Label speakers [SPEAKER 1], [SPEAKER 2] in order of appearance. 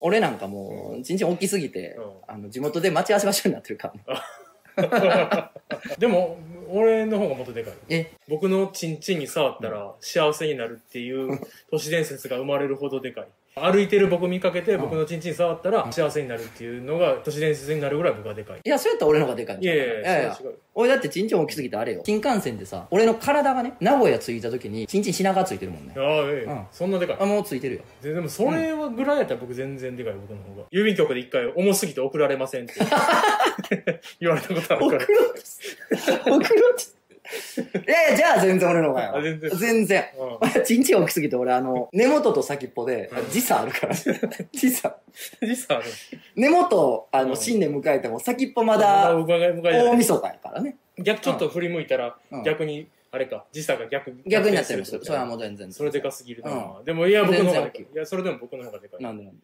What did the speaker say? [SPEAKER 1] 俺なんかもう、ちんちん大きすぎて、あの、地元で待ち合わせ場所になってるから。
[SPEAKER 2] でも俺の方がもっとでかい
[SPEAKER 1] え、
[SPEAKER 2] 僕のチンチンに触ったら幸せになるっていう都市伝説が生まれるほどでかい歩いてる僕見かけて僕のチンチン触ったら幸せになるっていうのが都市伝説になるぐらい僕はでかい
[SPEAKER 1] いや、そうやったら俺の方がでかいん
[SPEAKER 2] い
[SPEAKER 1] ちゃ
[SPEAKER 2] や
[SPEAKER 1] う
[SPEAKER 2] い
[SPEAKER 1] か
[SPEAKER 2] や
[SPEAKER 1] ないやい
[SPEAKER 2] や
[SPEAKER 1] や
[SPEAKER 2] それは違う
[SPEAKER 1] 俺だってちんちん大きすぎてあれよ。新幹線でさ、俺の体がね、名古屋着いた時に、ちんちん品川ついてるもんね。
[SPEAKER 2] ああええ
[SPEAKER 1] うん
[SPEAKER 2] そんなでかい
[SPEAKER 1] あ、もうついてるよ。
[SPEAKER 2] ででもそれはぐらいやったら僕全然でかい僕の方が郵便局で一回重すぎて送られませんって 言われたことある
[SPEAKER 1] 送
[SPEAKER 2] か
[SPEAKER 1] ろ
[SPEAKER 2] ら
[SPEAKER 1] うとす送ろうとすいやいや、じゃあ全然俺の方が
[SPEAKER 2] あ
[SPEAKER 1] よ。
[SPEAKER 2] 全然
[SPEAKER 1] 全然。
[SPEAKER 2] うん
[SPEAKER 1] ちんちん大きすぎて俺あの、根元と先っぽで
[SPEAKER 2] うん、
[SPEAKER 1] 時差あるから、時差。
[SPEAKER 2] 実際ある
[SPEAKER 1] 根元、あ
[SPEAKER 2] う
[SPEAKER 1] の、
[SPEAKER 2] ん
[SPEAKER 1] 新年迎えても先っぽま
[SPEAKER 2] ま
[SPEAKER 1] だ、
[SPEAKER 2] だ伺い伺いじゃ
[SPEAKER 1] 大
[SPEAKER 2] ない
[SPEAKER 1] 晦日やからね。
[SPEAKER 2] 逆ちょっと振り向いたら
[SPEAKER 1] うん
[SPEAKER 2] 逆にあれか時差が逆
[SPEAKER 1] 逆になってるんですよ。そ
[SPEAKER 2] それ
[SPEAKER 1] れはもう全然。
[SPEAKER 2] それでかすぎるなでもいや
[SPEAKER 1] 全然
[SPEAKER 2] 僕の方が
[SPEAKER 1] 大
[SPEAKER 2] で
[SPEAKER 1] き
[SPEAKER 2] か
[SPEAKER 1] い
[SPEAKER 2] いいやそれでも僕の方がでかい
[SPEAKER 1] なんでなんで。